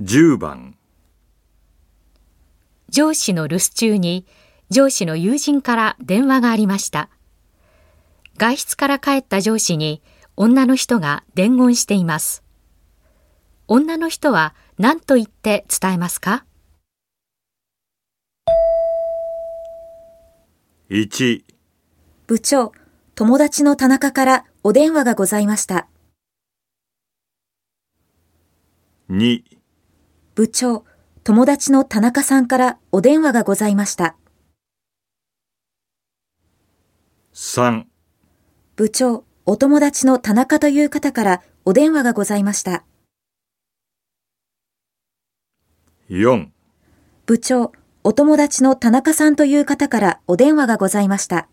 10番上司の留守中に上司の友人から電話がありました外出から帰った上司に女の人が伝言しています女の人は何と言って伝えますか1部長、友達の田中からお電話がございました。 2部長、友達の田中さんからお電話がございました。 3部長、お友達の田中という方からお電話がございました。 4部長、お友達の田中さんという方からお電話がございました。